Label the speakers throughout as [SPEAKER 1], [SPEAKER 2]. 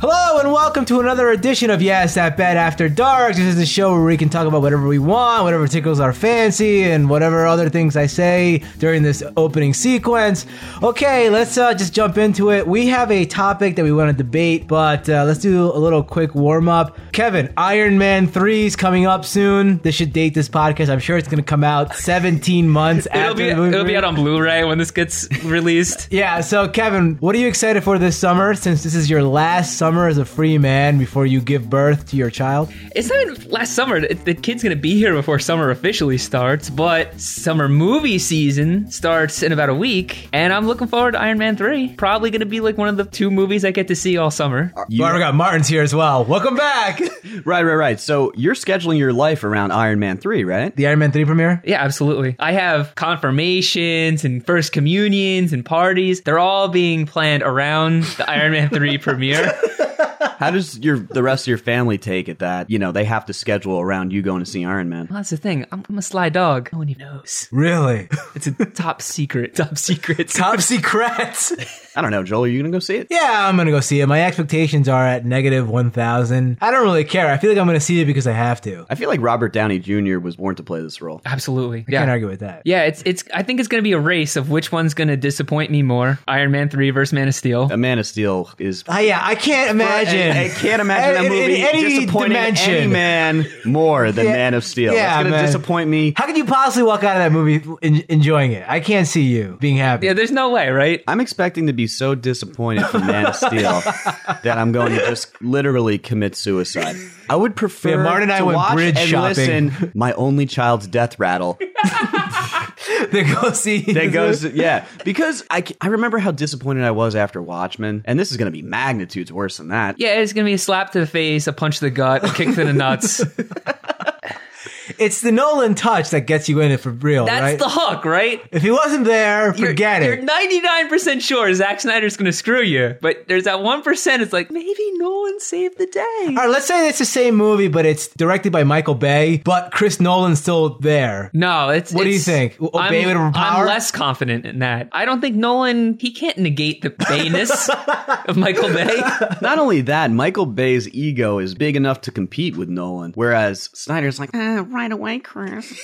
[SPEAKER 1] Hello and welcome to another edition of Yes That Bed After Dark. This is the show where we can talk about whatever we want, whatever tickles our fancy, and whatever other things I say during this opening sequence. Okay, let's uh, just jump into it. We have a topic that we want to debate, but uh, let's do a little quick warm up. Kevin, Iron Man 3 is coming up soon. This should date this podcast. I'm sure it's going to come out 17 months
[SPEAKER 2] It'll
[SPEAKER 1] after
[SPEAKER 2] be
[SPEAKER 1] the movie.
[SPEAKER 2] it'll be out on Blu-ray when this gets released.
[SPEAKER 1] Yeah, so Kevin, what are you excited for this summer since this is your last summer as a free man before you give birth to your child?
[SPEAKER 2] It's not even last summer. The the kid's gonna be here before summer officially starts, but summer movie season starts in about a week, and I'm looking forward to Iron Man three. Probably gonna be like one of the two movies I get to see all summer.
[SPEAKER 3] You-
[SPEAKER 1] Well, we got Martin's here as well. Welcome back.
[SPEAKER 3] Right, right, right. So you're scheduling your life around Iron Man 3, right?
[SPEAKER 1] the Iron Man 3 premiere?
[SPEAKER 2] Yeah, absolutely. I have confirmations and first communions and parties. They're all being planned around the Iron Man 3 premiere.
[SPEAKER 3] How does your the rest of your family take it that, you know, they have to schedule around you going to see Iron Man?
[SPEAKER 2] Well, that's the thing. I'm, I'm a sly dog. No one even knows.
[SPEAKER 1] Really?
[SPEAKER 2] It's a top secret. Top secret.
[SPEAKER 1] Top secret.
[SPEAKER 3] I don't know, Joel, are you gonna go see it?
[SPEAKER 1] yeah, I'm gonna go see it. My expectations are at negative 1,000. I don't really care. I feel like I'm gonna see it because I have to.
[SPEAKER 3] I feel like Robert Downey Jr. was born to play this role.
[SPEAKER 2] Absolutely.
[SPEAKER 1] I can't
[SPEAKER 2] Yeah.
[SPEAKER 1] argue with that.
[SPEAKER 2] Yeah, it's it's I think it's going to be a race of which one's going to disappoint me more. Iron Man 3 versus Man of Steel.
[SPEAKER 3] A Man of Steel is
[SPEAKER 1] Ah, yeah, I can't imagine.
[SPEAKER 3] I, I can't imagine
[SPEAKER 1] In-
[SPEAKER 3] that
[SPEAKER 1] in
[SPEAKER 3] movie
[SPEAKER 1] any
[SPEAKER 3] disappointing
[SPEAKER 1] dimension.
[SPEAKER 3] any man more than
[SPEAKER 1] Yeah.
[SPEAKER 3] Man of Steel.
[SPEAKER 1] Yeah,
[SPEAKER 3] That's gonna
[SPEAKER 1] man.
[SPEAKER 3] disappoint me.
[SPEAKER 1] How could you possibly walk out of that movie en- enjoying it? I can't see you being happy.
[SPEAKER 2] Yeah, there's no way, right?
[SPEAKER 3] I'm expecting to be so disappointed from Man of Steel that I'm going to just literally commit suicide. I would prefer
[SPEAKER 1] Yeah, Martin and I
[SPEAKER 3] to
[SPEAKER 1] went
[SPEAKER 3] watch
[SPEAKER 1] bridge
[SPEAKER 3] and
[SPEAKER 1] shopping.
[SPEAKER 3] listen my only child's death rattle
[SPEAKER 1] They go see.
[SPEAKER 3] that goes yeah because I, c- I remember how disappointed I was after Watchmen and this is going to be magnitudes worse than that.
[SPEAKER 2] Yeah, it's going to be a slap to the face, a punch to the gut, a kick to the nuts.
[SPEAKER 1] It's the Nolan touch that gets you in it for real,
[SPEAKER 2] That's
[SPEAKER 1] right?
[SPEAKER 2] the hook, right?
[SPEAKER 1] if he wasn't there,
[SPEAKER 2] You're-
[SPEAKER 1] forget
[SPEAKER 2] you're,
[SPEAKER 1] it.
[SPEAKER 2] 99% sure Zack Snyder's going to screw you, but there's that 1% it's like maybe Nolan saved the day.
[SPEAKER 1] All right, let's say it's the same movie, but it's directed by Michael Bay, but Chris Nolan's still there.
[SPEAKER 2] No, it's.
[SPEAKER 1] What do you
[SPEAKER 2] it's-
[SPEAKER 1] think? O-
[SPEAKER 2] I'm,
[SPEAKER 1] Bay would overpower?
[SPEAKER 2] I'm less confident in that. I don't think Nolan. He can't negate the bayness of Michael Bay.
[SPEAKER 3] Not only that, Michael Bay's ego is big enough to compete with Nolan, whereas Snyder's like, eh, right away, Chris.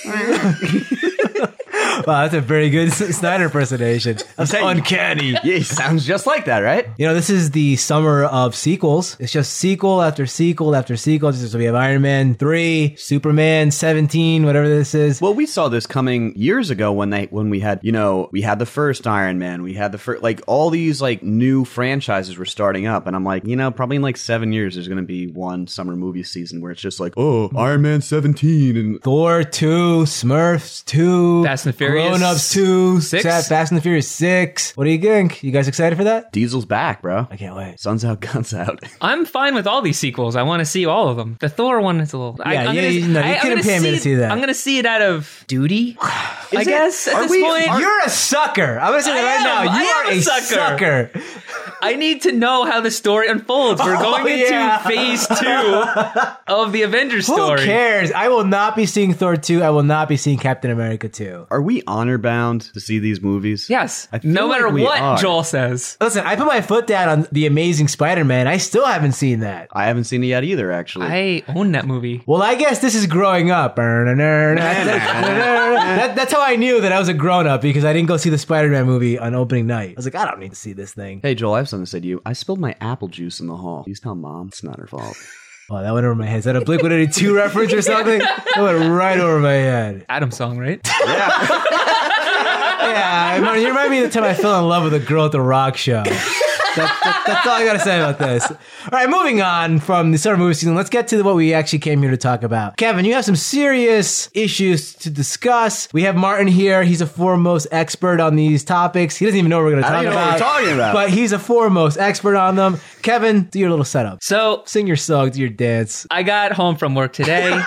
[SPEAKER 1] Wow, that's a very good Snyder impersonation. That's
[SPEAKER 3] saying-
[SPEAKER 1] uncanny.
[SPEAKER 3] yeah, he sounds just like that, right?
[SPEAKER 1] You know, this is the summer of sequels. It's just sequel after sequel after sequel. So we have Iron Man 3, Superman 17, whatever this is.
[SPEAKER 3] Well, we saw this coming years ago when they when we had you know we had the first Iron Man, we had the first like all these like new franchises were starting up, and I'm like, you know, probably in like seven years there's going to be one summer movie season where it's just like, oh, Iron Man 17 and
[SPEAKER 1] Thor 2, Smurfs 2,
[SPEAKER 2] Fast and the Furious
[SPEAKER 1] Grown Ups 2,
[SPEAKER 2] six?
[SPEAKER 1] Sa- Fast and the Furious 6. What do you think? You guys excited for that?
[SPEAKER 3] Diesel's back, bro.
[SPEAKER 1] I can't wait.
[SPEAKER 3] Sun's out, guns out.
[SPEAKER 2] I'm fine with all these sequels. I want to see all of them. The Thor one is a little. I,
[SPEAKER 1] Yeah,
[SPEAKER 2] I'm
[SPEAKER 1] you-
[SPEAKER 2] gonna,
[SPEAKER 1] you- no, you
[SPEAKER 2] I, I'm
[SPEAKER 1] couldn't
[SPEAKER 2] gonna
[SPEAKER 1] pay me to see that.
[SPEAKER 2] I'm gonna see it out of duty. I
[SPEAKER 3] it?
[SPEAKER 2] guess at
[SPEAKER 3] Are
[SPEAKER 2] this
[SPEAKER 3] we-
[SPEAKER 2] point,
[SPEAKER 1] You're a sucker. I'm gonna say that
[SPEAKER 2] I
[SPEAKER 1] right
[SPEAKER 2] am.
[SPEAKER 1] now. You
[SPEAKER 2] I
[SPEAKER 1] are
[SPEAKER 2] am a
[SPEAKER 1] a sucker.
[SPEAKER 2] sucker. I need to know how the story unfolds. We're going into
[SPEAKER 1] Oh, yeah.
[SPEAKER 2] phase two of the Avengers story.
[SPEAKER 1] Who cares? I will not be seeing Thor 2. I will not be seeing Captain America 2.
[SPEAKER 3] Are we honor bound to see these movies?
[SPEAKER 2] Yes.
[SPEAKER 3] I feel
[SPEAKER 2] No
[SPEAKER 3] like
[SPEAKER 2] matter
[SPEAKER 3] we
[SPEAKER 2] what
[SPEAKER 3] are.
[SPEAKER 2] Joel says.
[SPEAKER 1] Listen, I put my foot down on The Amazing Spider Man. I still haven't seen that.
[SPEAKER 3] I haven't seen it yet either, actually.
[SPEAKER 2] I own that movie.
[SPEAKER 1] Well, I guess this is growing up. That- that's how I knew that I was a grown up because I didn't go see the Spider Man movie on opening night. I was like, I don't need to see this thing.
[SPEAKER 3] Hey Joel, I have something to say to you. I spilled my apple juice in the hall. Please tell mom it's not her fault.
[SPEAKER 1] Oh, that went over my head. Is that a Blink 182 reference or something? That went right over my head.
[SPEAKER 2] Adam song, right?
[SPEAKER 1] Yeah, Martin, you remind me of the time I fell in love with a girl at the rock show. That- that- that's all I gotta say about this. All right, moving on from the summer movie season, let's get to what we actually came here to talk about. Kevin, you have some serious issues to discuss. We have Martin here; he's a foremost expert on these topics. He doesn't even know what we're gonna
[SPEAKER 3] I
[SPEAKER 1] talk
[SPEAKER 3] don't even know
[SPEAKER 1] about,
[SPEAKER 3] what we're talking about.
[SPEAKER 1] but he's a foremost expert on them. Kevin, do your little setup.
[SPEAKER 2] So
[SPEAKER 1] Sing your song, do your dance.
[SPEAKER 2] I got home from work today.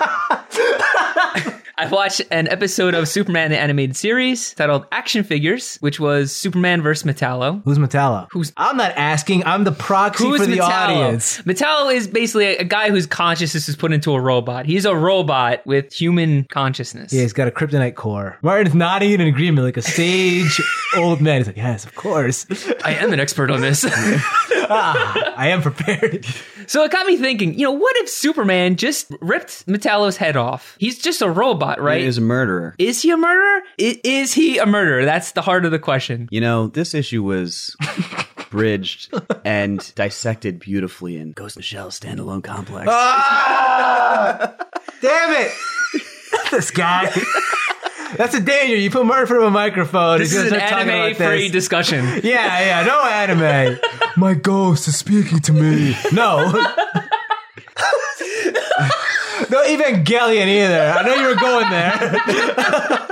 [SPEAKER 2] I watched an episode of Superman the animated series titled Action Figures, which was Superman vs. Metallo.
[SPEAKER 1] Who's Metallo?
[SPEAKER 2] Who's-
[SPEAKER 1] I'm not asking. I'm the proxy
[SPEAKER 2] Who is
[SPEAKER 1] for the
[SPEAKER 2] Metallo?
[SPEAKER 1] audience.
[SPEAKER 2] Metallo is basically a, a guy whose consciousness is put into a robot. He's a robot with human consciousness.
[SPEAKER 1] Yeah, he's got a kryptonite core. Martin's nodding in agreement like a sage old man. He's like, yes, of course.
[SPEAKER 2] I am an expert on this.
[SPEAKER 1] Ah, I am prepared.
[SPEAKER 2] So it got me thinking, you know, what if Superman just ripped Metallo's head off? He's just a robot, right?
[SPEAKER 3] He is a murderer.
[SPEAKER 2] Is he a murderer? I- is he a murderer? That's the heart of the question.
[SPEAKER 3] You know, this issue was bridged and dissected beautifully in Ghost in the Shell standalone complex.
[SPEAKER 1] Ah! Damn it! this guy. That's a danger. You put Martin in front of a microphone.
[SPEAKER 2] This
[SPEAKER 1] he's
[SPEAKER 2] is an
[SPEAKER 1] gonna start talking
[SPEAKER 2] anime
[SPEAKER 1] about this.
[SPEAKER 2] free discussion.
[SPEAKER 1] Yeah, yeah, no anime. My ghost is speaking to me. No. no Evangelion either. I know you were going there.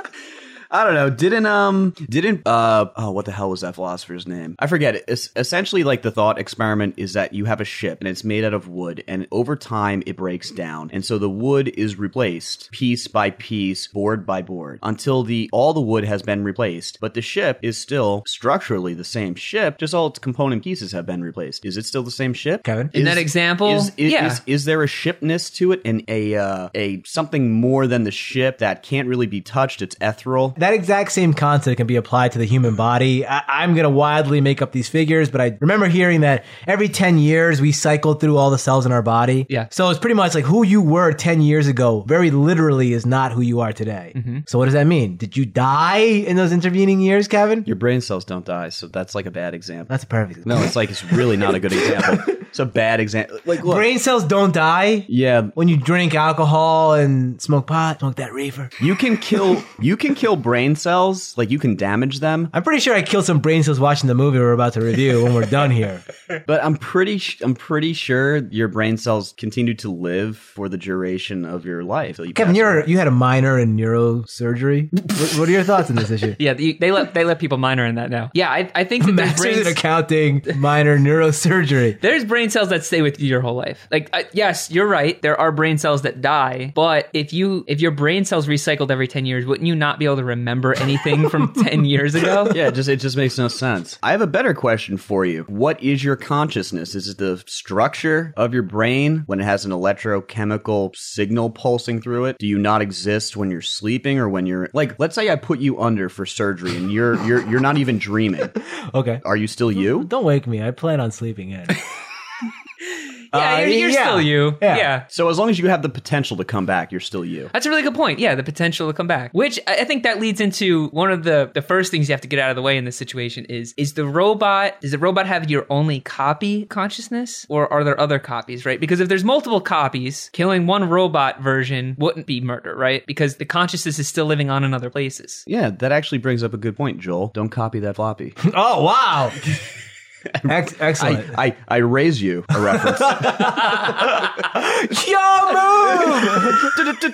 [SPEAKER 3] I don't know. Didn't um didn't uh oh what the hell was that philosopher's name? I forget. it. It's essentially like the thought experiment is that you have a ship and it's made out of wood and over time it breaks down and so the wood is replaced piece by piece, board by board until the all the wood has been replaced, but the ship is still structurally the same ship, just all its component pieces have been replaced. Is it still the same ship?
[SPEAKER 1] Kevin?
[SPEAKER 2] In
[SPEAKER 3] Is-
[SPEAKER 2] that example,
[SPEAKER 3] is, is,
[SPEAKER 2] yeah.
[SPEAKER 3] is, is there a shipness to it and a uh, a something more than the ship that can't really be touched? It's ethereal.
[SPEAKER 1] That exact same concept can be applied to the human body. I- I'm going to wildly make up these figures, but I remember hearing that every 10 years we cycle through all the cells in our body.
[SPEAKER 2] Yeah.
[SPEAKER 1] So it's pretty much like who you were 10 years ago, very literally, is not who you are today. So what does that mean? Did you die in those intervening years, Kevin?
[SPEAKER 3] Your brain cells don't die, so that's like a bad example.
[SPEAKER 1] That's perfect.
[SPEAKER 3] no, it's like it's really not a good example. It's a bad example. Like, look,
[SPEAKER 1] Brain cells don't die.
[SPEAKER 3] yeah,
[SPEAKER 1] when you drink alcohol and smoke pot, smoke that reefer.
[SPEAKER 3] you can kill you can kill brain cells. Like you can damage them,
[SPEAKER 1] I'm pretty sure I killed some brain cells watching the movie we're about to review when we're done here.
[SPEAKER 3] but I'm pretty sh- I'm pretty sure your brain cells continue to live for the duration of your life. till you
[SPEAKER 1] Kevin,
[SPEAKER 3] pass
[SPEAKER 1] you're
[SPEAKER 3] away.
[SPEAKER 1] you had a minor in neurosurgery. what, what are your thoughts on this issue?
[SPEAKER 2] yeah, they, they let they let people minor in that now. Yeah, I, I think that there's
[SPEAKER 1] Master's in
[SPEAKER 2] brains,
[SPEAKER 1] accounting, minor neurosurgery.
[SPEAKER 2] there's brain cells that stay with you your whole life. Like, I, yes, you're right. There are brain cells that die, but if you if your brain cells recycled every ten years, wouldn't you not be able to remember anything from ten years ago?
[SPEAKER 3] yeah, it just it just makes no sense. I have a better question for you. What is your consciousness? Is it the structure of your brain when it has an electrochemical signal pulsing through it? Do you not exist when you're sleeping or when you're like let's say I put you under for surgery and you're you're you're not even dreaming.
[SPEAKER 1] Okay.
[SPEAKER 3] Are you still you?
[SPEAKER 1] Oh, Don't wake me. I plan on sleeping in.
[SPEAKER 2] Yeah,
[SPEAKER 1] Uh,
[SPEAKER 2] you're, you're
[SPEAKER 1] yeah.
[SPEAKER 2] still you.
[SPEAKER 1] Yeah.
[SPEAKER 2] yeah.
[SPEAKER 3] So as long as you have the potential to come back, you're still you.
[SPEAKER 2] That's a really good point. Yeah, the potential to come back, which I I think that leads into one of the the first things you have to get out of the way in this situation is is the robot does the robot have your only copy consciousness or are there other copies right? Because if there's multiple copies, killing one robot version wouldn't be murder, right? Because the consciousness is still living on in other places.
[SPEAKER 3] Yeah, that actually brings up a good point, Joel. Don't copy that floppy.
[SPEAKER 1] oh wow. Ex- excellent.
[SPEAKER 3] I, I, I raise you a reference.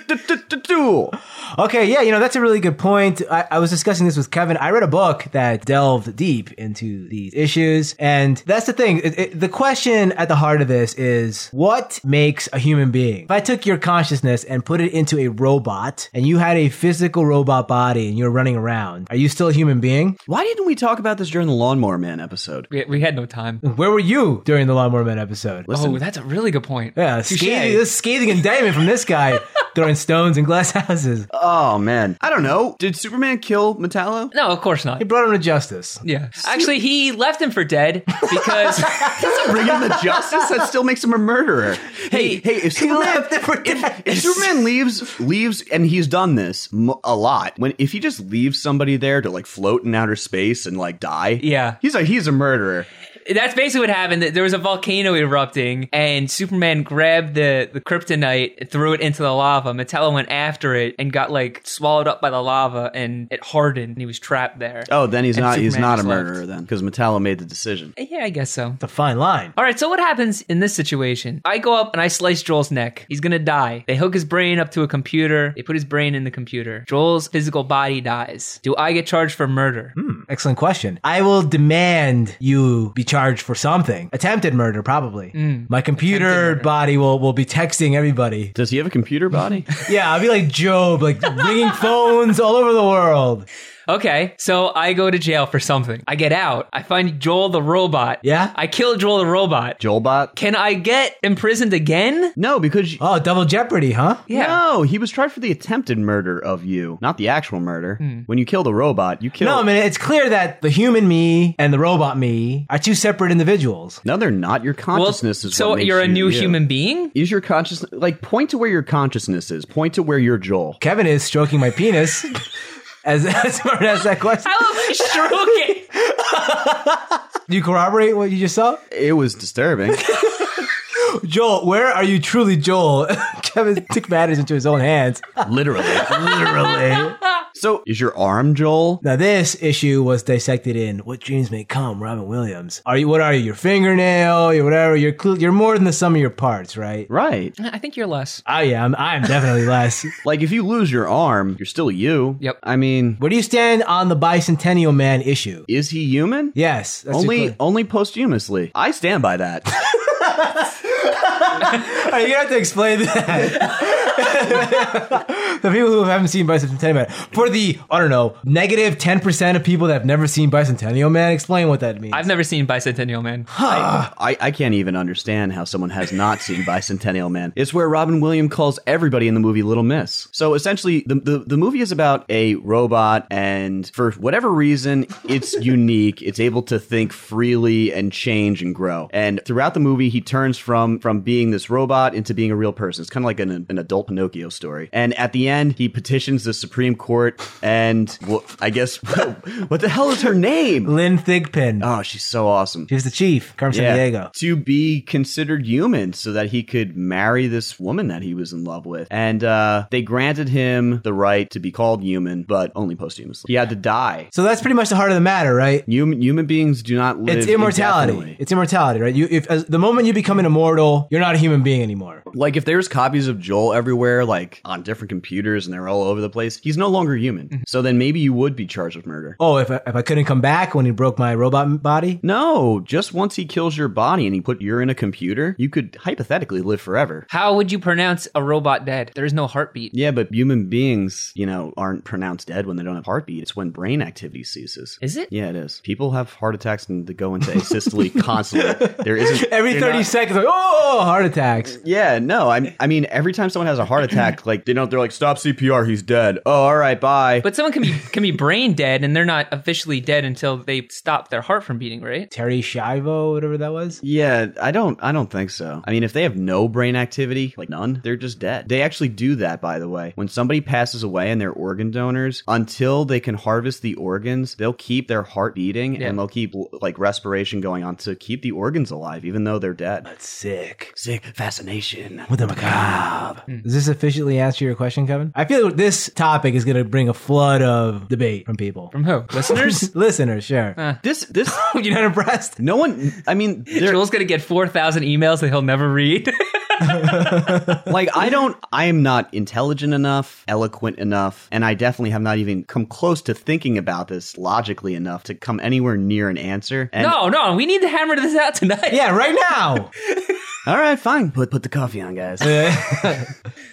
[SPEAKER 1] Yo, move.
[SPEAKER 3] Duel.
[SPEAKER 1] Okay, yeah, you know, that's a really good point. I, I was discussing this with Kevin. I read a book that delved deep into these issues. And that's the thing. It- it- the question at the heart of this is what makes a human being? If I took your consciousness and put it into a robot and you had a physical robot body and you're running around, are you still a human being?
[SPEAKER 3] Why didn't we talk about this during the Lawnmower Man episode?
[SPEAKER 2] We, we had no time.
[SPEAKER 1] Where were you during the Lawnmower Man episode?
[SPEAKER 2] Oh, that's a really good point.
[SPEAKER 1] Yeah,
[SPEAKER 2] Touche.
[SPEAKER 1] scathing, this scathing indictment from this guy throwing stones and glass houses.
[SPEAKER 3] Oh man, I don't know. Did Superman kill Metallo?
[SPEAKER 2] No, of course not.
[SPEAKER 1] He brought him to justice.
[SPEAKER 2] Yeah. Actually, he left him for dead because
[SPEAKER 3] Doesn't bring him to justice. That still makes him a murderer. Hey, hey, if Superman,
[SPEAKER 1] left him for
[SPEAKER 3] if,
[SPEAKER 1] dead.
[SPEAKER 3] if Superman leaves, leaves, and he's done this m- a lot. When if he just leaves somebody there to like float in outer space and like die,
[SPEAKER 2] Yeah.
[SPEAKER 3] he's like he's a murderer.
[SPEAKER 2] That's basically what happened. There was a volcano erupting, and Superman grabbed the, the kryptonite, threw it into the lava. Metallo went after it and got like swallowed up by the lava, and it hardened, and he was trapped there.
[SPEAKER 3] Oh, then he's
[SPEAKER 2] And
[SPEAKER 3] not he's
[SPEAKER 2] Superman
[SPEAKER 3] not a
[SPEAKER 2] just left.
[SPEAKER 3] murderer then because Metallo made the decision.
[SPEAKER 2] Yeah, I guess so.
[SPEAKER 1] It's a fine line.
[SPEAKER 2] All right, so what happens in this situation? I go up and I slice Joel's neck. He's gonna die. They hook his brain up to a computer. They put his brain in the computer. Joel's physical body dies. Do I get charged for murder?
[SPEAKER 1] Excellent question. I will demand you be charged for something. Attempted murder, probably.
[SPEAKER 2] Mm.
[SPEAKER 1] My computer body will, will be texting everybody.
[SPEAKER 3] Does he have a computer body?
[SPEAKER 1] Yeah, I'll be like Job, like ringing phones all over the world.
[SPEAKER 2] Okay, so I go to jail for something. I get out. I find Joel the robot.
[SPEAKER 1] Yeah?
[SPEAKER 2] I kill Joel the robot.
[SPEAKER 3] Joelbot?
[SPEAKER 2] Can I get imprisoned again?
[SPEAKER 3] No, because you-
[SPEAKER 1] Oh, double jeopardy, huh?
[SPEAKER 2] Yeah.
[SPEAKER 3] No, he was tried for the attempted murder of you, not the actual murder.
[SPEAKER 2] Hmm.
[SPEAKER 3] When you kill the robot, you kill
[SPEAKER 1] No, I mean it's clear that the human me and the robot me are two separate individuals.
[SPEAKER 3] No, they're not. Your consciousness is
[SPEAKER 2] so
[SPEAKER 3] what makes
[SPEAKER 2] you're a
[SPEAKER 3] you
[SPEAKER 2] new
[SPEAKER 3] you.
[SPEAKER 2] human being?
[SPEAKER 3] Is your consciousness like point to where your consciousness is? Point to where you're Joel.
[SPEAKER 1] Kevin is stroking my penis. As, as far as that question,
[SPEAKER 2] How am I stroking?
[SPEAKER 1] do you corroborate what you just saw?
[SPEAKER 3] It was disturbing.
[SPEAKER 1] Joel, where are you truly Joel? Kevin took matters into his own hands.
[SPEAKER 3] literally, literally. So is your arm Joel?
[SPEAKER 1] Now this issue was dissected in "What Dreams May Come," Robin Williams. Are you? What are you? Your fingernail? Your whatever? You're cl- you're more than the sum of your parts, right?
[SPEAKER 3] Right.
[SPEAKER 2] I think you're less.
[SPEAKER 1] I am. I am definitely less.
[SPEAKER 3] Like if you lose your arm, you're still you.
[SPEAKER 2] Yep.
[SPEAKER 3] I mean,
[SPEAKER 1] Where do you stand on the bicentennial man issue?
[SPEAKER 3] is he human?
[SPEAKER 1] Yes, that's your
[SPEAKER 3] Only
[SPEAKER 1] question.
[SPEAKER 3] only posthumously. I stand by that.
[SPEAKER 1] All right, you have to explain that. the people who haven't seen Bicentennial Man, for the I don't know, negative ten percent of people that have never seen Bicentennial Man, explain what that means.
[SPEAKER 2] I've never seen Bicentennial Man.
[SPEAKER 3] I, I can't even understand how someone has not seen Bicentennial Man. It's where Robin Williams calls everybody in the movie Little Miss. So essentially, the, the, the movie is about a robot, and for whatever reason, it's unique. It's able to think freely and change and grow. And throughout the movie, he turns from, from being this robot into being a real person. It's kind of like an, an adult Pinocchio story. And at the end, he petitions the Supreme Court, and well, I guess, what the hell is her name?
[SPEAKER 1] Lynn Thigpen.
[SPEAKER 3] Oh, she's so awesome.
[SPEAKER 1] She was the chief, Carmen San Diego.
[SPEAKER 3] To be considered human so that he could marry this woman that he was in love with. And uh, they granted him the right to be called human, but only posthumously. He had to die.
[SPEAKER 1] So that's pretty much the heart of the matter, right?
[SPEAKER 3] Human, human beings do not live.
[SPEAKER 1] It's immortality.
[SPEAKER 3] indefinitely.
[SPEAKER 1] It's immortality, right? You, if as, the moment you become an immortal, you're not a human being anymore.
[SPEAKER 3] Like, if there's copies of Joel everywhere, like on different computers and they're all over the place, he's no longer human. So then maybe you would be charged with murder.
[SPEAKER 1] Oh, if I, if I couldn't come back when he broke my robot body,
[SPEAKER 3] No, just once he kills your body and he put you in a computer, you could hypothetically live forever.
[SPEAKER 2] How would you pronounce a robot dead? There is no heartbeat.
[SPEAKER 3] Yeah, but human beings, you know, aren't pronounced dead when they don't have heartbeat. It's when brain activity ceases.
[SPEAKER 2] Is it?
[SPEAKER 3] Yeah, it is. People have heart attacks and they go into asystole constantly. There isn't
[SPEAKER 1] every
[SPEAKER 3] they're
[SPEAKER 1] thirty
[SPEAKER 3] not-
[SPEAKER 1] seconds, like oh, heart attacks.
[SPEAKER 3] Yeah, no. I, I mean, every time someone has a heart attack, like they don't. They're like, "Stop CPR. He's dead." Oh, all right, bye.
[SPEAKER 2] But someone can be can be brain dead and they're not officially dead until they stop their heart from beating, right?
[SPEAKER 1] Terry Schiavo, whatever that was.
[SPEAKER 3] yeah, I don't. I don't think so. I mean, if they have no brain activity, like none, they're just dead. They actually do that, by the way. When somebody passes away and they're organ donors, until they can harvest the organs, they'll keep their heart beating
[SPEAKER 2] Yeah.
[SPEAKER 3] and they'll keep like respiration going on to keep the organs alive, even though they're dead.
[SPEAKER 1] That's sick.
[SPEAKER 3] Sick fascination.
[SPEAKER 1] With a macabre.
[SPEAKER 2] Hmm.
[SPEAKER 1] Does this officially answer your question, Kevin? I feel this topic is going to bring a flood of debate from people.
[SPEAKER 2] From who? Listeners?
[SPEAKER 1] Listeners, sure.
[SPEAKER 3] This this
[SPEAKER 1] You're not impressed?
[SPEAKER 3] no one. I mean, there,
[SPEAKER 2] Joel's gonna get four thousand emails that he'll never read.
[SPEAKER 3] like I don't. I am not intelligent enough, eloquent enough, and I definitely have not even come close to thinking about this logically enough to come anywhere near an answer. And,
[SPEAKER 2] no, no, we need to hammer this out tonight.
[SPEAKER 1] Yeah, right now.
[SPEAKER 3] All right, fine. Put put the coffee on, guys.
[SPEAKER 2] Oh,
[SPEAKER 1] Uh,
[SPEAKER 2] I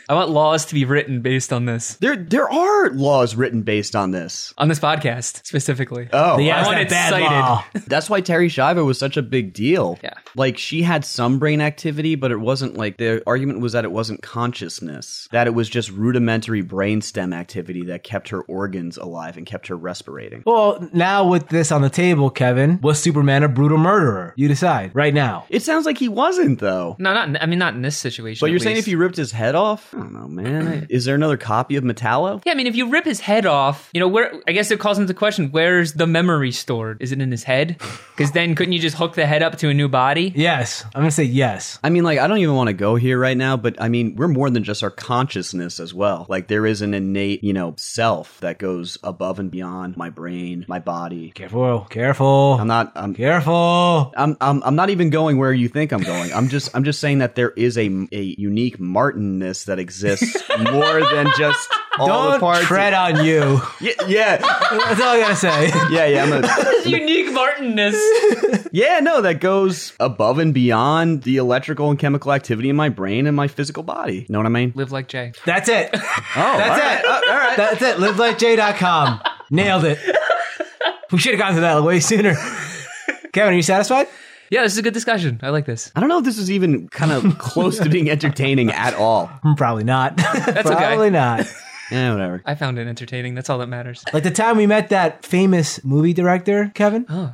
[SPEAKER 2] want laws to be written based on this.
[SPEAKER 3] there there are laws written based on this.
[SPEAKER 2] On this podcast specifically.
[SPEAKER 3] Oh,
[SPEAKER 1] The
[SPEAKER 2] I
[SPEAKER 1] ass
[SPEAKER 2] want
[SPEAKER 1] that
[SPEAKER 2] it
[SPEAKER 1] bad
[SPEAKER 2] cited.
[SPEAKER 1] law.
[SPEAKER 3] that's why Terry Shiva was such a big deal.
[SPEAKER 2] Yeah.
[SPEAKER 3] Like she had some brain activity, but it wasn't like the argument was that it wasn't consciousness, that it was just rudimentary brainstem activity that kept her organs alive and kept her respirating.
[SPEAKER 1] Well, now with this on the table, Kevin, was Superman a brutal murderer? You decide right now.
[SPEAKER 3] It sounds like he wasn't though.
[SPEAKER 2] No, not in- I mean not in this situation.
[SPEAKER 3] But
[SPEAKER 2] at
[SPEAKER 3] you're saying
[SPEAKER 2] least.
[SPEAKER 3] if you ripped his head off? I don't know, man. Is there another copy of Metallo?
[SPEAKER 2] Yeah, I mean, if you rip his head off, you know, where I guess it calls into question where's the memory stored? Is it in his head? Because then couldn't you just hook the head up to a new body?
[SPEAKER 1] Yes. I'm going to say yes.
[SPEAKER 3] I mean, like, I don't even want to go here right now, but I mean, we're more than just our consciousness as well. Like, there is an innate, you know, self that goes above and beyond my brain, my body.
[SPEAKER 1] Careful. Careful.
[SPEAKER 3] I'm not, I'm,
[SPEAKER 1] careful.
[SPEAKER 3] I'm, I'm, I'm not even going where you think I'm going. I'm just, I'm just saying that there is a, a unique Martinness that exists more than just all the
[SPEAKER 1] Don't
[SPEAKER 3] parts.
[SPEAKER 1] tread on you.
[SPEAKER 3] yeah, yeah,
[SPEAKER 1] That's all I got to say.
[SPEAKER 3] yeah, yeah. I'm a,
[SPEAKER 2] Unique Martinness.
[SPEAKER 3] Yeah, no, that goes above and beyond the electrical and chemical activity in my brain and my physical body. Know what I mean?
[SPEAKER 2] Live like Jay.
[SPEAKER 1] That's it.
[SPEAKER 3] Oh,
[SPEAKER 1] That's it.
[SPEAKER 3] all right.
[SPEAKER 1] That's it. LiveLikeJ.com. Nailed it. we should have gotten to that way sooner. Kevin, are you satisfied?
[SPEAKER 2] Yeah, this is a good discussion. I like this.
[SPEAKER 3] I don't know if this is even kind of close to being entertaining at all.
[SPEAKER 1] Mm, Probably not.
[SPEAKER 2] okay.
[SPEAKER 1] Probably not.
[SPEAKER 3] Yeah, whatever.
[SPEAKER 2] I found it entertaining. That's all that matters.
[SPEAKER 1] Like the time we met that famous movie director, Kevin,
[SPEAKER 2] Oh,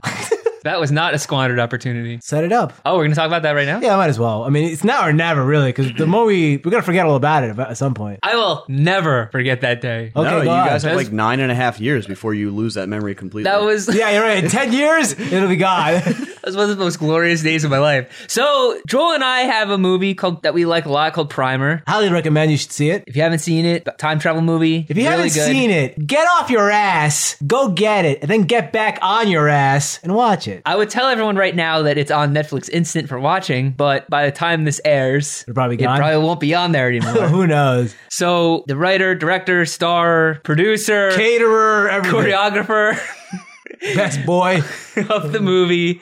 [SPEAKER 2] That was not a squandered opportunity.
[SPEAKER 1] set it up.
[SPEAKER 2] Oh, we're gonna talk about that right now.
[SPEAKER 1] Yeah, I might as well. I mean, it's now or never, really, because the more we we're gonna forget all about it at some point.
[SPEAKER 2] I will never forget that day.
[SPEAKER 1] Okay,
[SPEAKER 3] no,
[SPEAKER 1] go
[SPEAKER 3] you
[SPEAKER 1] on.
[SPEAKER 3] guys have
[SPEAKER 2] That's-
[SPEAKER 3] like nine and a half years before you lose that memory completely.
[SPEAKER 2] That was
[SPEAKER 1] Yeah, you're right. In ten years, it'll be gone.
[SPEAKER 2] That was one of the most glorious days of my life. So Joel and I have a movie called that we like a lot called Primer.
[SPEAKER 1] Highly recommend you should see it.
[SPEAKER 2] If you haven't seen it, time travel movie.
[SPEAKER 1] If you haven't seen it, get off your ass, go get it, and then get back on your ass and watch it.
[SPEAKER 2] I would tell everyone right now that it's on Netflix Instant for watching, but by the time this airs,
[SPEAKER 1] It'll probably be
[SPEAKER 2] it
[SPEAKER 1] gone.
[SPEAKER 2] probably won't be on there anymore.
[SPEAKER 1] Who knows?
[SPEAKER 2] so the writer, director, star, producer,
[SPEAKER 1] Caterer, everybody.
[SPEAKER 2] uh, choreographer
[SPEAKER 1] Best boy.
[SPEAKER 2] of the movie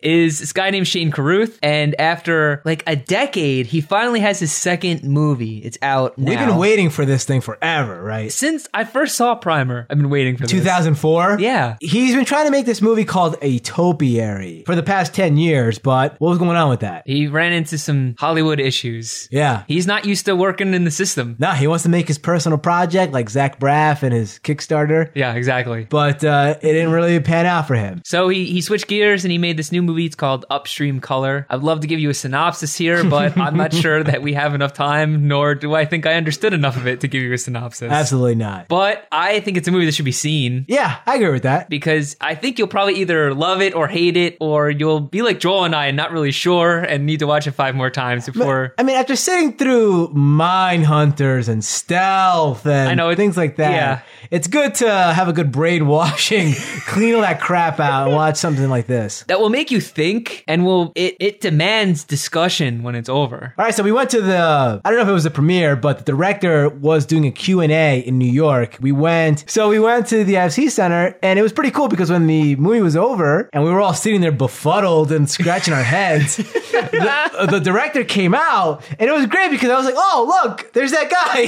[SPEAKER 2] is this guy named Shane Carruth, and after like a decade, he finally has his second movie. It's out now.
[SPEAKER 1] We've been waiting for this thing forever, right?
[SPEAKER 2] since I first saw Primer, I've been waiting for this.
[SPEAKER 1] 2004?
[SPEAKER 2] Yeah.
[SPEAKER 1] He's been trying to make this movie called A Topiary for the past 10 years, but what was going on with that?
[SPEAKER 2] He ran into some Hollywood issues.
[SPEAKER 1] Yeah.
[SPEAKER 2] He's not used to working in the system.
[SPEAKER 1] Nah, he wants to make his personal project like Zach Braff and his Kickstarter,
[SPEAKER 2] Yeah, exactly.
[SPEAKER 1] but uh, it didn't really pan out for him.
[SPEAKER 2] So he, he switched gears and he made this new movie. It's called Upstream Color. I'd love to give you a synopsis here, but I'm not sure that we have enough time, nor do I think I understood enough of it to give you a synopsis.
[SPEAKER 1] Absolutely not.
[SPEAKER 2] But I think it's a movie that should be seen.
[SPEAKER 1] Yeah, I agree with that.
[SPEAKER 2] Because I think you'll probably either love it or hate it, or you'll be like Joel and I and not really sure and need to watch it five more times before.
[SPEAKER 1] I mean, after sitting through Mine Hunters and Stealth and
[SPEAKER 2] I know, it-
[SPEAKER 1] things like that,
[SPEAKER 2] yeah.
[SPEAKER 1] it's good to have a good braid washing, clean all that crap out, and watch something like this.
[SPEAKER 2] that will make you think and will it, it demands discussion when it's over
[SPEAKER 1] All right, so we went to the I don't know if it was the premiere, but the director was doing a Q&A in New York. We went. So we went to the IFC Center and it was pretty cool because when the movie was over and we were all sitting there befuddled and scratching our heads, the, the director came out and it was great because I was like, "Oh, look, there's that guy.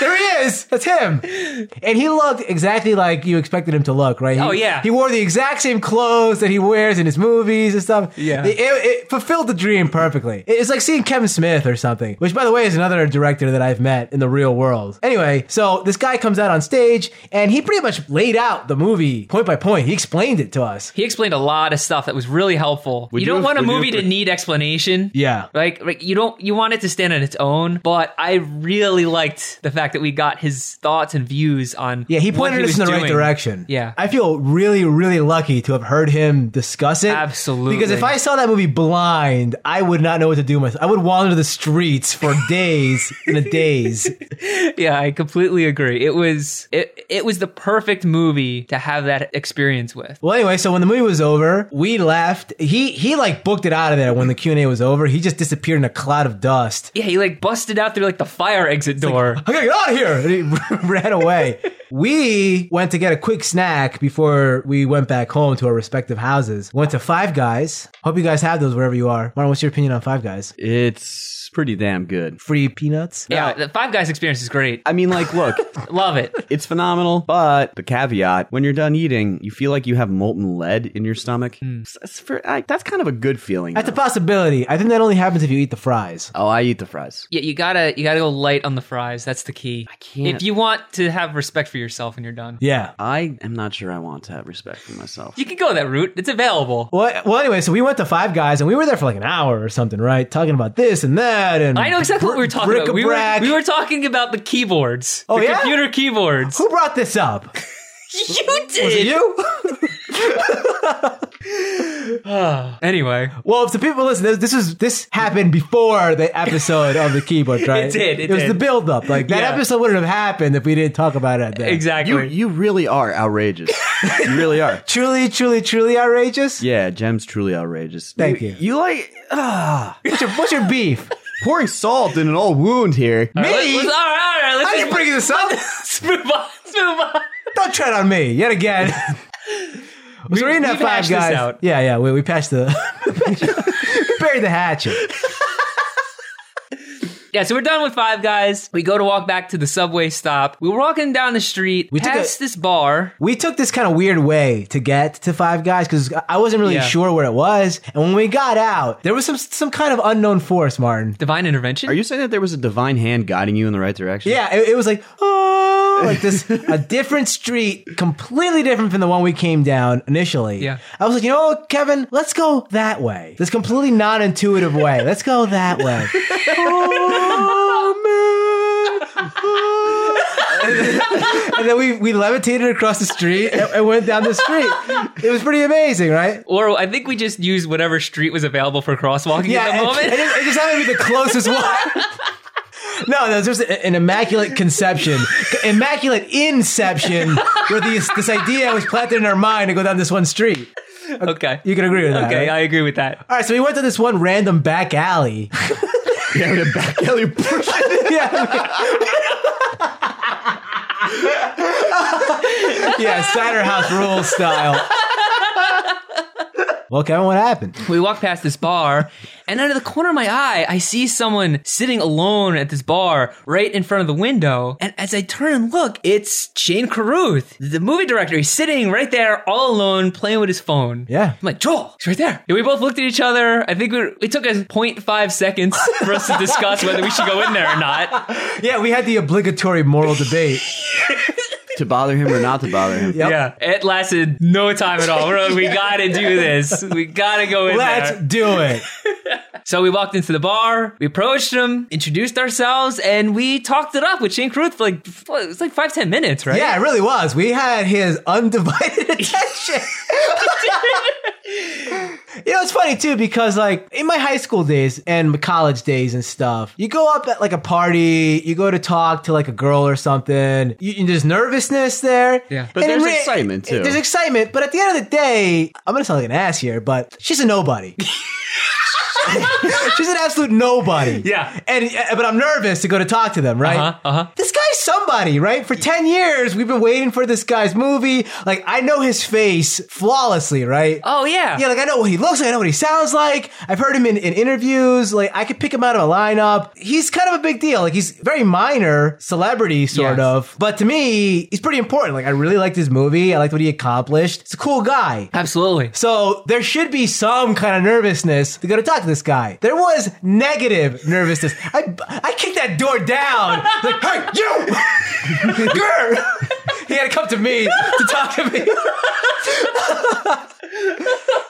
[SPEAKER 1] there he is. That's him." And he looked exactly like you expected him to look, right?
[SPEAKER 2] Oh,
[SPEAKER 1] He-
[SPEAKER 2] yeah.
[SPEAKER 1] He wore the exact same clothes that he wears in his movies and stuff.
[SPEAKER 2] Yeah.
[SPEAKER 1] It, it fulfilled the dream perfectly. It's like seeing Kevin Smith or something, which, by the way, is another director that I've met in the real world. Anyway, so this guy comes out on stage and he pretty much laid out the movie point by point. He explained it to us.
[SPEAKER 2] he explained a lot of stuff that was really helpful
[SPEAKER 3] Would
[SPEAKER 2] you
[SPEAKER 3] you
[SPEAKER 2] don't
[SPEAKER 3] have-
[SPEAKER 2] want a
[SPEAKER 3] would you
[SPEAKER 2] movie
[SPEAKER 3] have-
[SPEAKER 2] to need explanation
[SPEAKER 1] Yeah.
[SPEAKER 2] like, like you don't you want it to stand on its own but i really liked the fact that we got his thoughts and views on
[SPEAKER 1] Yeah, he
[SPEAKER 2] what
[SPEAKER 1] pointed us
[SPEAKER 2] was
[SPEAKER 1] in the right
[SPEAKER 2] doing.
[SPEAKER 1] direction.
[SPEAKER 2] Yeah.
[SPEAKER 1] I feel really, really lucky to have heard him discuss it.
[SPEAKER 2] Absolutely.
[SPEAKER 1] Because if I saw that movie blind, I would not know what to do myself. I would wander the streets for days and a days.
[SPEAKER 2] yeah i completely agree it was it, it was the perfect movie to have that experience with
[SPEAKER 1] Well, anyway, so when the movie was over, we left. He he like booked it out of there when the Q and A was over. He just disappeared in a cloud of dust.
[SPEAKER 2] yeah he like busted out through like the fire exit door
[SPEAKER 1] I gotta get out of here! And he ran away. we went to get a quick snack before we went back home to our respective houses. Went to Five Guys. Hope you guys have those wherever you are. Martin, what's your opinion on Five Guys?
[SPEAKER 3] It's pretty damn good.
[SPEAKER 1] Free peanuts.
[SPEAKER 2] yeah the five guys experience is great
[SPEAKER 3] I mean, like, look,
[SPEAKER 2] love it
[SPEAKER 3] it's phenomenal, but the caveat: when you're done eating, you feel like you have molten lead in your stomach. That's, for, I, that's kind of a good feeling.
[SPEAKER 1] Hmm. That's a
[SPEAKER 3] though.
[SPEAKER 1] possibility. I think that only happens if you eat the fries.
[SPEAKER 3] oh, I eat the fries.
[SPEAKER 2] Yeah, you gotta you gotta go light on the fries. That's the key. I
[SPEAKER 3] can't-
[SPEAKER 2] If you want to have respect for yourself when you're done,
[SPEAKER 1] Yeah.
[SPEAKER 3] I am not sure I want to have respect for myself.
[SPEAKER 2] you can go that route. It's available.
[SPEAKER 1] Well, well, anyway, so we went to Five Guys and we were there for like an hour or something, right? Talking about this and that and
[SPEAKER 2] I know exactly what we were talking about. We were,
[SPEAKER 1] bric-a-brac.
[SPEAKER 2] we were talking about the keyboards.
[SPEAKER 1] Oh,
[SPEAKER 2] the
[SPEAKER 1] yeah?
[SPEAKER 2] computer keyboards.
[SPEAKER 1] Who brought this up?
[SPEAKER 2] you did.
[SPEAKER 1] Was it you?
[SPEAKER 2] Anyway,
[SPEAKER 1] Well, if the people listen, this, this is this happened before the episode of the keyboard, right?
[SPEAKER 2] did, it
[SPEAKER 1] was
[SPEAKER 2] did.
[SPEAKER 1] the build up. Like that
[SPEAKER 2] Yeah.
[SPEAKER 1] episode wouldn't have happened if we didn't talk about it. Then.
[SPEAKER 3] You,
[SPEAKER 2] exactly.
[SPEAKER 3] you really are outrageous. you really are.
[SPEAKER 1] Truly, truly, truly outrageous.
[SPEAKER 3] Yeah, Jem's truly outrageous.
[SPEAKER 1] Thank you.
[SPEAKER 3] You like ah,
[SPEAKER 1] What's, your, what's your beef?
[SPEAKER 3] pouring salt in an old wound here.
[SPEAKER 2] All right, let's- let's- all right, all right, let's
[SPEAKER 1] I
[SPEAKER 2] just
[SPEAKER 1] didn't bring this up.
[SPEAKER 2] let's move on. Let's move on.
[SPEAKER 1] Don't tread on me yet again. we, so we're in that
[SPEAKER 2] we've
[SPEAKER 1] five
[SPEAKER 2] hashed this
[SPEAKER 1] guys.
[SPEAKER 2] out.
[SPEAKER 1] Yeah, yeah. We, we passed the buried the hatchet.
[SPEAKER 2] Yeah, so we're done with Five Guys. We go to walk back to the subway stop. We're walking down the street. We
[SPEAKER 1] We took a-
[SPEAKER 2] past this bar.
[SPEAKER 1] We took this kind of weird way to get to Five Guys because I wasn't really
[SPEAKER 2] Yeah.
[SPEAKER 1] sure where it was. And when we got out, there was some some kind of unknown force, Martin.
[SPEAKER 2] Divine intervention.
[SPEAKER 3] Are you saying that there was a divine hand guiding you in the right direction?
[SPEAKER 1] Yeah, it, it was like oh, like this a different street, completely different from the one we came down initially.
[SPEAKER 2] Yeah.
[SPEAKER 1] I was like, you know, what, Kevin, let's go that way. This completely non-intuitive way. Let's go that way. Oh, man. Oh. And then- And then we, we levitated across the street and, and went down the street. It was pretty amazing, right?
[SPEAKER 2] or I think we just used whatever street was available for crosswalking at that
[SPEAKER 1] and,
[SPEAKER 2] moment.
[SPEAKER 1] and it, it just happened to be the closest one. No, no, it's just a- an immaculate conception, immaculate inception, where these, this idea was planted in our mind to go down this one street.
[SPEAKER 2] okay.
[SPEAKER 1] You can agree with that.
[SPEAKER 2] okay,
[SPEAKER 1] right?
[SPEAKER 2] I agree with that.
[SPEAKER 1] All right, so we went to this one random back alley.
[SPEAKER 3] Yeah, with a back alley push.
[SPEAKER 1] yeah. yeah, cider house rule style. Well, Kevin, what happened?
[SPEAKER 2] We walk past this bar, and out of the corner of my eye, I see someone sitting alone at this bar right in front of the window. And as I turn and look, it's Shane Carruth, the movie director. He's sitting right there all alone playing with his phone.
[SPEAKER 1] Yeah.
[SPEAKER 2] I'm like, Joel, he's right there. And we both looked at each other. I think we were, it took us 0.5 seconds for us to discuss whether we should go in there or not.
[SPEAKER 1] Yeah, we had the obligatory moral debate.
[SPEAKER 3] to bother him or not to bother him.
[SPEAKER 1] Yep.
[SPEAKER 2] It lasted no time at all. We're like, we gotta do this. We gotta go in there.
[SPEAKER 1] Let's do it.
[SPEAKER 2] So we walked into the bar, we approached him, introduced ourselves, and we talked it up with Shane Carruth for like f- it was like five ten minutes, right?
[SPEAKER 1] Yeah, it really was. We had his undivided attention. you know, it's funny too because like in my high school days and my college days and stuff, you go up at like a party, you go to talk to like a girl or something. You, you- there's nervousness there.
[SPEAKER 2] Yeah.
[SPEAKER 3] But
[SPEAKER 1] And in
[SPEAKER 3] there's excitement, too.
[SPEAKER 1] There's excitement, but at the end of the day, I'm gonna sound like an ass here, but she's a nobody. she's an absolute nobody.
[SPEAKER 2] Yeah.
[SPEAKER 1] And uh, but I'm nervous to go to talk to them, right?
[SPEAKER 2] Uh-huh, uh-huh.
[SPEAKER 1] this guy's somebody, right? For 10 years, we've been waiting for this guy's movie. Like, I know his face flawlessly, right?
[SPEAKER 2] Oh yeah.
[SPEAKER 1] Yeah, like I know what he looks like, I know what he sounds like. I've heard him in, in interviews. Like I could pick him out of a lineup. He's kind of a big deal. Like he's very minor celebrity, sort
[SPEAKER 2] Yes.
[SPEAKER 1] of. But to me, he's pretty important. Like I really liked his movie. I liked what he accomplished. It's a cool guy.
[SPEAKER 2] Absolutely.
[SPEAKER 1] So there should be some kind of nervousness to go to talk to this guy. There was negative nervousness. I I kicked that door down. Like, hey, you, girl. he had to come to me to talk to me.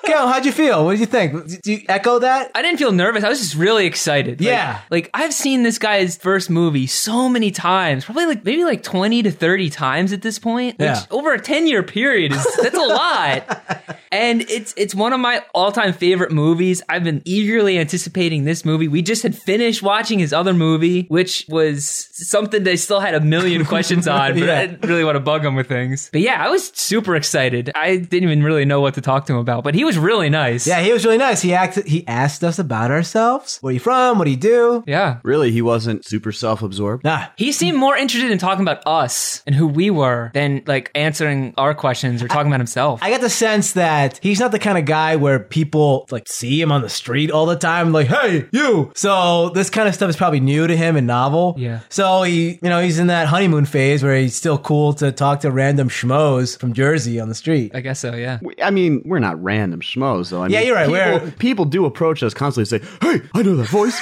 [SPEAKER 1] Kel, how'd you feel? What did you think? Did you echo that?
[SPEAKER 2] I didn't feel nervous. I was just really excited. Like-
[SPEAKER 1] Yeah.
[SPEAKER 2] Like I've seen this guy's first movie so many times, probably like maybe like 20 to 30 times at this point, which
[SPEAKER 1] Yeah.
[SPEAKER 2] over a 10-year period is that's a lot. And it's it's one of my all-time favorite movies. I've been eagerly anticipating this movie. We just had finished watching his other movie, which was something they still had a million questions on, but
[SPEAKER 1] Yeah.
[SPEAKER 2] I didn't really want to bug him with things. But yeah, I was super excited. I didn't even really know what to talk to him about, but he was really nice.
[SPEAKER 1] Yeah, he was really nice. He act, he asked us about ourselves. Where are you from? What do you do?
[SPEAKER 2] Yeah.
[SPEAKER 3] Really, he wasn't super self-absorbed.
[SPEAKER 1] Nah.
[SPEAKER 2] He seemed more interested in talking about us and who we were than like answering our questions or talking about himself.
[SPEAKER 1] I got the sense that he's not the kind of guy where people like see him on the street all the time, like, hey, you. So this kind of stuff is probably new to him and novel.
[SPEAKER 2] Yeah.
[SPEAKER 1] So he, you know, he's in that honeymoon phase where he's still cool to talk to random schmoes from Jersey on the street.
[SPEAKER 2] I guess so, yeah.
[SPEAKER 3] We- I mean, we're not random schmoes, though. I
[SPEAKER 1] Yeah,
[SPEAKER 3] mean,
[SPEAKER 1] you're right,
[SPEAKER 3] people-
[SPEAKER 1] we're-
[SPEAKER 3] people do approach us constantly and say, hey, I know that voice.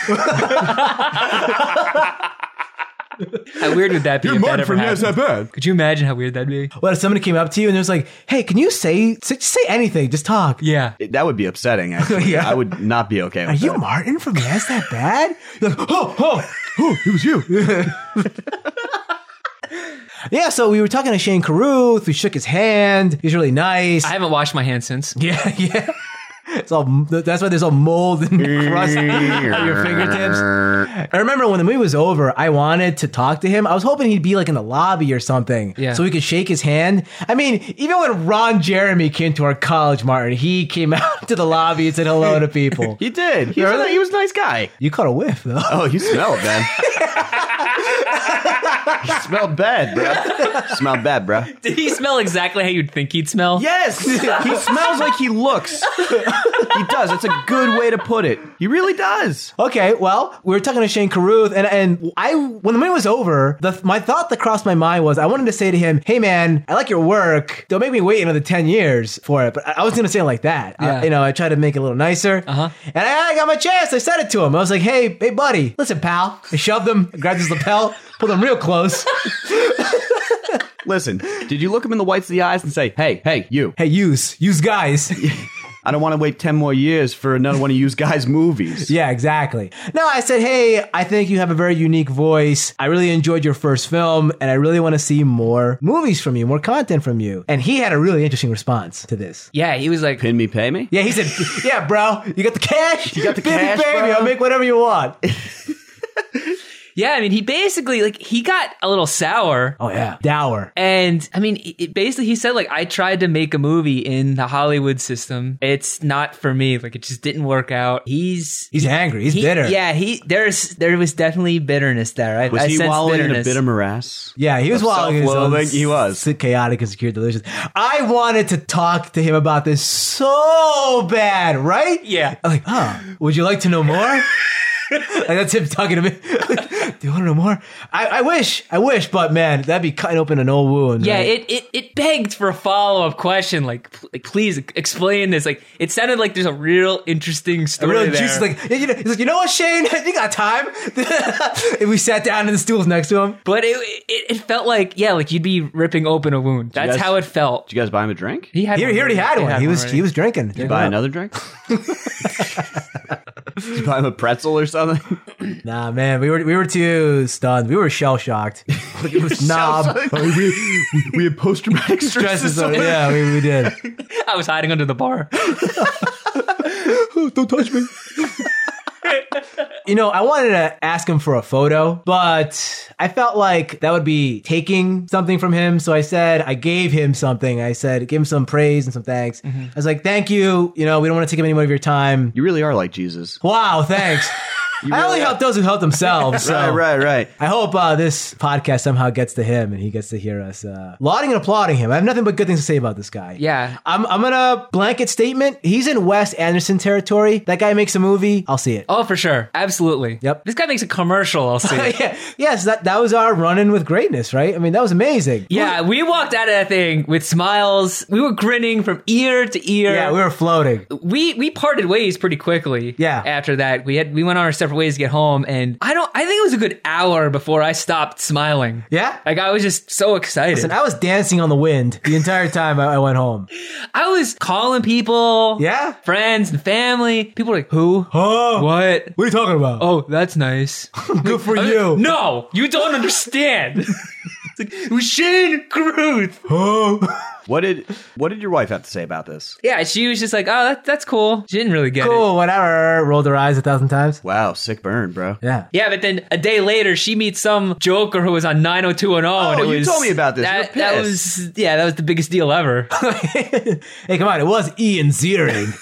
[SPEAKER 2] How weird would that be? if that ever happened?
[SPEAKER 3] Bad.
[SPEAKER 2] Could you imagine how weird that'd be?
[SPEAKER 1] What if somebody came up to you and it was like, hey, can you say say, say anything? Just talk.
[SPEAKER 2] Yeah.
[SPEAKER 3] It- That would be upsetting, actually.
[SPEAKER 1] Yeah.
[SPEAKER 3] I would not be okay
[SPEAKER 1] Are
[SPEAKER 3] with
[SPEAKER 1] you
[SPEAKER 3] that.
[SPEAKER 1] Martin from Yes That Bad? You're like, oh, oh,
[SPEAKER 3] Oh, it was you.
[SPEAKER 1] yeah. So we were talking to Shane Carruth. We shook his hand. He's really nice.
[SPEAKER 2] I haven't washed my hands since.
[SPEAKER 1] Yeah, yeah. It's all that's why there's all mold and crust on your fingertips. I remember when the movie was over, I wanted to talk to him. I was hoping he'd be like in the lobby or something,
[SPEAKER 2] Yeah.
[SPEAKER 1] so we could shake his hand. I mean, even when Ron Jeremy came to our college, Martin, he came out to the lobby and said hello to people.
[SPEAKER 3] He did. He was, a,
[SPEAKER 1] Really?
[SPEAKER 3] he was a nice guy.
[SPEAKER 1] You caught a whiff though.
[SPEAKER 3] Oh, you smelled bad. you smelled bad, bro. Smelled bad, bro.
[SPEAKER 2] Did he smell exactly how you'd think he'd smell?
[SPEAKER 3] Yes, he smells like he looks. he does. That's a good way to put it. He really does.
[SPEAKER 1] Okay, well, we were talking to Shane Carruth, and and I when the movie was over, the my thought that crossed my mind was I wanted to say to him, "Hey, man, I like your work. Don't make me wait another ten years for it." But I, I was gonna say it like that. I-
[SPEAKER 2] Yeah.
[SPEAKER 1] you know, I tried to make it a little nicer,
[SPEAKER 2] Uh-huh.
[SPEAKER 1] and I, I got my chance. I said it to him. I was like, "Hey, hey, buddy, listen, pal." I shoved him, grabbed his lapel, pulled him real close.
[SPEAKER 3] Listen, did you look him in the whites of the eyes and say, hey, hey, you,
[SPEAKER 1] hey, use, use guys.
[SPEAKER 3] I don't want to wait 10 more years for another one of you guys' movies?
[SPEAKER 1] Yeah, exactly. No, I said, hey, I think you have a very unique voice. I really enjoyed your first film, and I really want to see more movies from you, more content from you. And he had a really interesting response to this.
[SPEAKER 2] Yeah, he was like,
[SPEAKER 3] Pin me, pay me?
[SPEAKER 1] Yeah, he said, yeah, bro, you got the cash? You
[SPEAKER 3] got the cash,
[SPEAKER 1] baby,
[SPEAKER 3] bro?
[SPEAKER 1] I'll make whatever you want.
[SPEAKER 2] yeah. I mean, he basically like he got a little sour.
[SPEAKER 1] Oh, yeah. Dower.
[SPEAKER 2] And I mean, it- it basically, he said, like, I tried to make a movie in the Hollywood system. It's not for me. Like, it just didn't work out. He's
[SPEAKER 1] He's angry. He's
[SPEAKER 2] he-
[SPEAKER 1] bitter.
[SPEAKER 2] Yeah, he there's there was definitely bitterness there. I,
[SPEAKER 3] Was
[SPEAKER 2] I
[SPEAKER 3] he
[SPEAKER 2] sensed
[SPEAKER 3] wallowing
[SPEAKER 2] bitterness.
[SPEAKER 3] in a bitter morass?
[SPEAKER 1] Yeah, he was
[SPEAKER 3] Of
[SPEAKER 1] wild.
[SPEAKER 3] self-loathing, he was.
[SPEAKER 1] chaotic and secure delusions. I wanted to talk to him about this so bad, right?
[SPEAKER 2] Yeah.
[SPEAKER 1] I'm like, oh, would you like to know more? like that's him talking to me. Do you want to know more? I, I wish, I wish, but man, that'd be cutting open an old wound.
[SPEAKER 2] Yeah,
[SPEAKER 1] right?
[SPEAKER 2] it, it, it begged for a follow up question. Like, pl- like, please explain this. Like, it sounded like there's a real interesting
[SPEAKER 1] A
[SPEAKER 2] story.
[SPEAKER 1] real
[SPEAKER 2] there.
[SPEAKER 1] juice. Like, yeah, you know, he's like, you know what, Shane? you got time. and we sat down in the stools next to him.
[SPEAKER 2] but it, it it felt like yeah, like you'd be ripping open a wound. That's
[SPEAKER 3] guys-
[SPEAKER 2] how it felt.
[SPEAKER 3] Did you guys buy him a drink?
[SPEAKER 2] He had
[SPEAKER 1] He,
[SPEAKER 2] one
[SPEAKER 1] he already had one. he was
[SPEAKER 2] already.
[SPEAKER 1] he was drinking.
[SPEAKER 3] Did you
[SPEAKER 1] Drinking
[SPEAKER 3] buy
[SPEAKER 1] up.
[SPEAKER 3] another drink? Did you buy him a pretzel or something?
[SPEAKER 1] Nah, man, we were we were too stunned. We were shell shocked. Like it was knob.
[SPEAKER 3] Uh, we, we had post traumatic
[SPEAKER 1] Stress disorder. Yeah, we, we did.
[SPEAKER 2] I was hiding under the bar.
[SPEAKER 3] Oh,
[SPEAKER 1] Don't touch me. you know, I wanted to ask him for a photo, but I felt like that would be taking something from him. So I said, I gave him something. I said, give him some praise and some thanks.
[SPEAKER 3] Mm-hmm.
[SPEAKER 1] I was like, thank you. You know, we don't want to take up any more of your time.
[SPEAKER 3] You really are like Jesus.
[SPEAKER 1] Wow, thanks. I only
[SPEAKER 3] really-
[SPEAKER 1] help those who help themselves. So.
[SPEAKER 3] Right, right, right.
[SPEAKER 1] I hope uh, this podcast somehow gets to him and he gets to hear us uh, lauding and applauding him. I have nothing but good things to say about this guy.
[SPEAKER 2] Yeah.
[SPEAKER 1] I'm, I'm gonna blanket statement. He's in Wes Anderson territory. That guy makes a movie. I'll see it.
[SPEAKER 2] Oh, for sure, absolutely.
[SPEAKER 1] Yep.
[SPEAKER 2] This guy makes a commercial. I'll see. it.
[SPEAKER 1] yeah. Yes, that, that was our run in with greatness, right? I mean, that was amazing.
[SPEAKER 2] Yeah, we walked out of that thing with smiles. We were grinning from ear to ear.
[SPEAKER 1] Yeah, we were floating.
[SPEAKER 2] we we parted ways pretty quickly.
[SPEAKER 1] Yeah.
[SPEAKER 2] After that, we had we went on our separate ways to get home, and I don't. I think it was a good hour before I stopped smiling.
[SPEAKER 1] Yeah?
[SPEAKER 2] Like I was just so excited.
[SPEAKER 1] And I was dancing on the wind the entire time I, I went home.
[SPEAKER 2] I was calling people.
[SPEAKER 1] Yeah?
[SPEAKER 2] Friends and family. People were like, "Who?
[SPEAKER 1] Oh,
[SPEAKER 2] What?
[SPEAKER 1] What are you talking about?
[SPEAKER 2] Oh, that's nice."
[SPEAKER 1] good for
[SPEAKER 2] I mean,
[SPEAKER 1] you.
[SPEAKER 2] No, you don't understand. It's like, it was Shane Gruth.
[SPEAKER 1] Oh.
[SPEAKER 3] What did what did your wife have to say about this?
[SPEAKER 2] Yeah, she was just like, "Oh, that, that's cool." She didn't really get it.
[SPEAKER 1] cool, whatever. Rolled her eyes a thousand times.
[SPEAKER 3] Wow, sick burn, bro.
[SPEAKER 1] Yeah.
[SPEAKER 2] Yeah, but then a day later, she meets some joker who was on 90210. Oh, and it
[SPEAKER 3] you
[SPEAKER 2] was,
[SPEAKER 3] told me about this.
[SPEAKER 2] That,
[SPEAKER 3] You're
[SPEAKER 2] that
[SPEAKER 3] pissed.
[SPEAKER 2] was, yeah, that was the biggest deal ever.
[SPEAKER 1] hey, come on. It was Ian Ziering.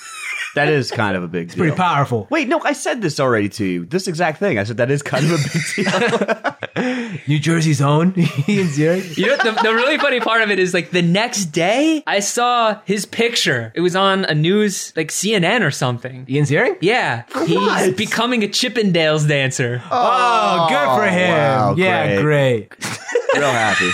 [SPEAKER 3] That is kind of a big deal.
[SPEAKER 1] Pretty powerful.
[SPEAKER 3] Wait, no, I said this already to you. This exact thing. I said that is kind of a big deal.
[SPEAKER 1] New Jersey's own Ian Ziering.
[SPEAKER 2] you know, the, the really funny part of it is like the next day, I saw his picture. It was on a news, like CNN or something.
[SPEAKER 1] Ian Ziering?
[SPEAKER 2] Yeah, he's
[SPEAKER 3] What?
[SPEAKER 2] becoming a Chippendales dancer.
[SPEAKER 1] Oh, good for him.
[SPEAKER 3] wow,
[SPEAKER 1] yeah, great.
[SPEAKER 3] Real happy.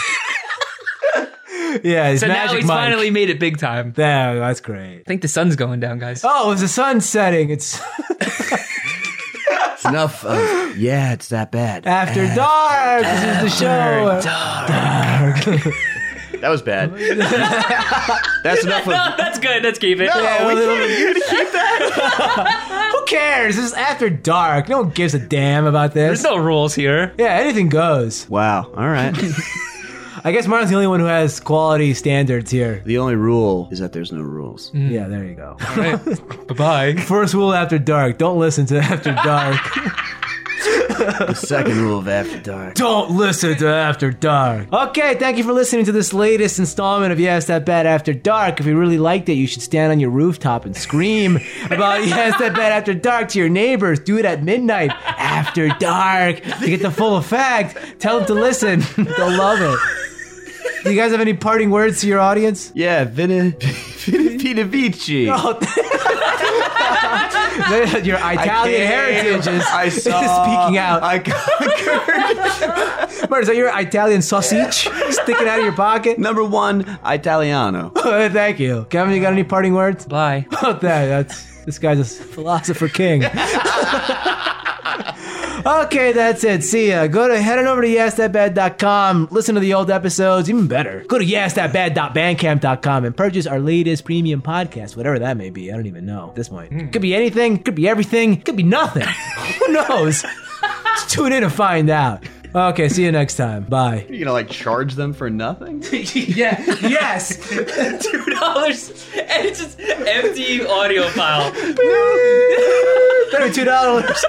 [SPEAKER 1] Yeah, he's
[SPEAKER 2] so
[SPEAKER 1] Magic
[SPEAKER 2] now he's
[SPEAKER 1] Mike.
[SPEAKER 2] finally made it big time.
[SPEAKER 1] There, that's great.
[SPEAKER 2] I think the sun's going down, guys.
[SPEAKER 1] Oh, it's the sun setting. It's
[SPEAKER 3] It's enough. Of, yeah, it's that bad.
[SPEAKER 1] after dark. This is the show.
[SPEAKER 3] That was bad. That's enough
[SPEAKER 2] No,
[SPEAKER 3] of.
[SPEAKER 2] that's good. Let's keep it.
[SPEAKER 1] Yeah, well, it'll- Who cares? This is after dark. No one gives a damn about
[SPEAKER 2] There's
[SPEAKER 1] this.
[SPEAKER 2] no rules here.
[SPEAKER 1] yeah, anything goes.
[SPEAKER 3] Wow. All right.
[SPEAKER 1] I guess Martin's the only one who has quality standards here.
[SPEAKER 3] The only rule is that there's no rules.
[SPEAKER 2] Mm.
[SPEAKER 1] Yeah, there you go.
[SPEAKER 2] Bye bye.
[SPEAKER 1] First rule after dark: don't listen to after dark.
[SPEAKER 3] The second rule of after dark.
[SPEAKER 1] Don't listen to After Dark. Okay, thank you for listening to this latest installment of Yes That Bad After Dark. If you really liked it, you should stand on your rooftop and scream about Yes That Bad After Dark to your neighbors. Do it at midnight after dark to get the full effect. Tell them to listen. They'll love it. Do you guys have any parting words to your audience?
[SPEAKER 3] Yeah, Vina, Vina Vina Vici.
[SPEAKER 1] Oh, Your Italian heritage is,
[SPEAKER 3] I
[SPEAKER 1] is
[SPEAKER 3] saw-
[SPEAKER 1] speaking out.
[SPEAKER 3] I conquered.
[SPEAKER 1] Martin, is that your Italian sausage sticking out of your pocket?
[SPEAKER 3] Number one, Italiano.
[SPEAKER 1] Thank you. Kevin, you got any parting words
[SPEAKER 2] Bye.
[SPEAKER 1] about that? That's, this guy's a philosopher king. Okay, that's it. See ya. Go to head on over to yesthatbad.com. Listen to the old episodes. Even better, go to yesthatbad.bandcamp.com and purchase our latest premium podcast, whatever that may be. I don't even know at this point. Could be anything. Could be everything. Could be nothing. Who knows? Just tune in and find out. Okay, see you next time. Bye.
[SPEAKER 3] You know, like charge them for nothing.
[SPEAKER 2] yeah.
[SPEAKER 1] Yes.
[SPEAKER 2] two dollars, and it's just empty audio file.
[SPEAKER 1] Thirty-two dollars.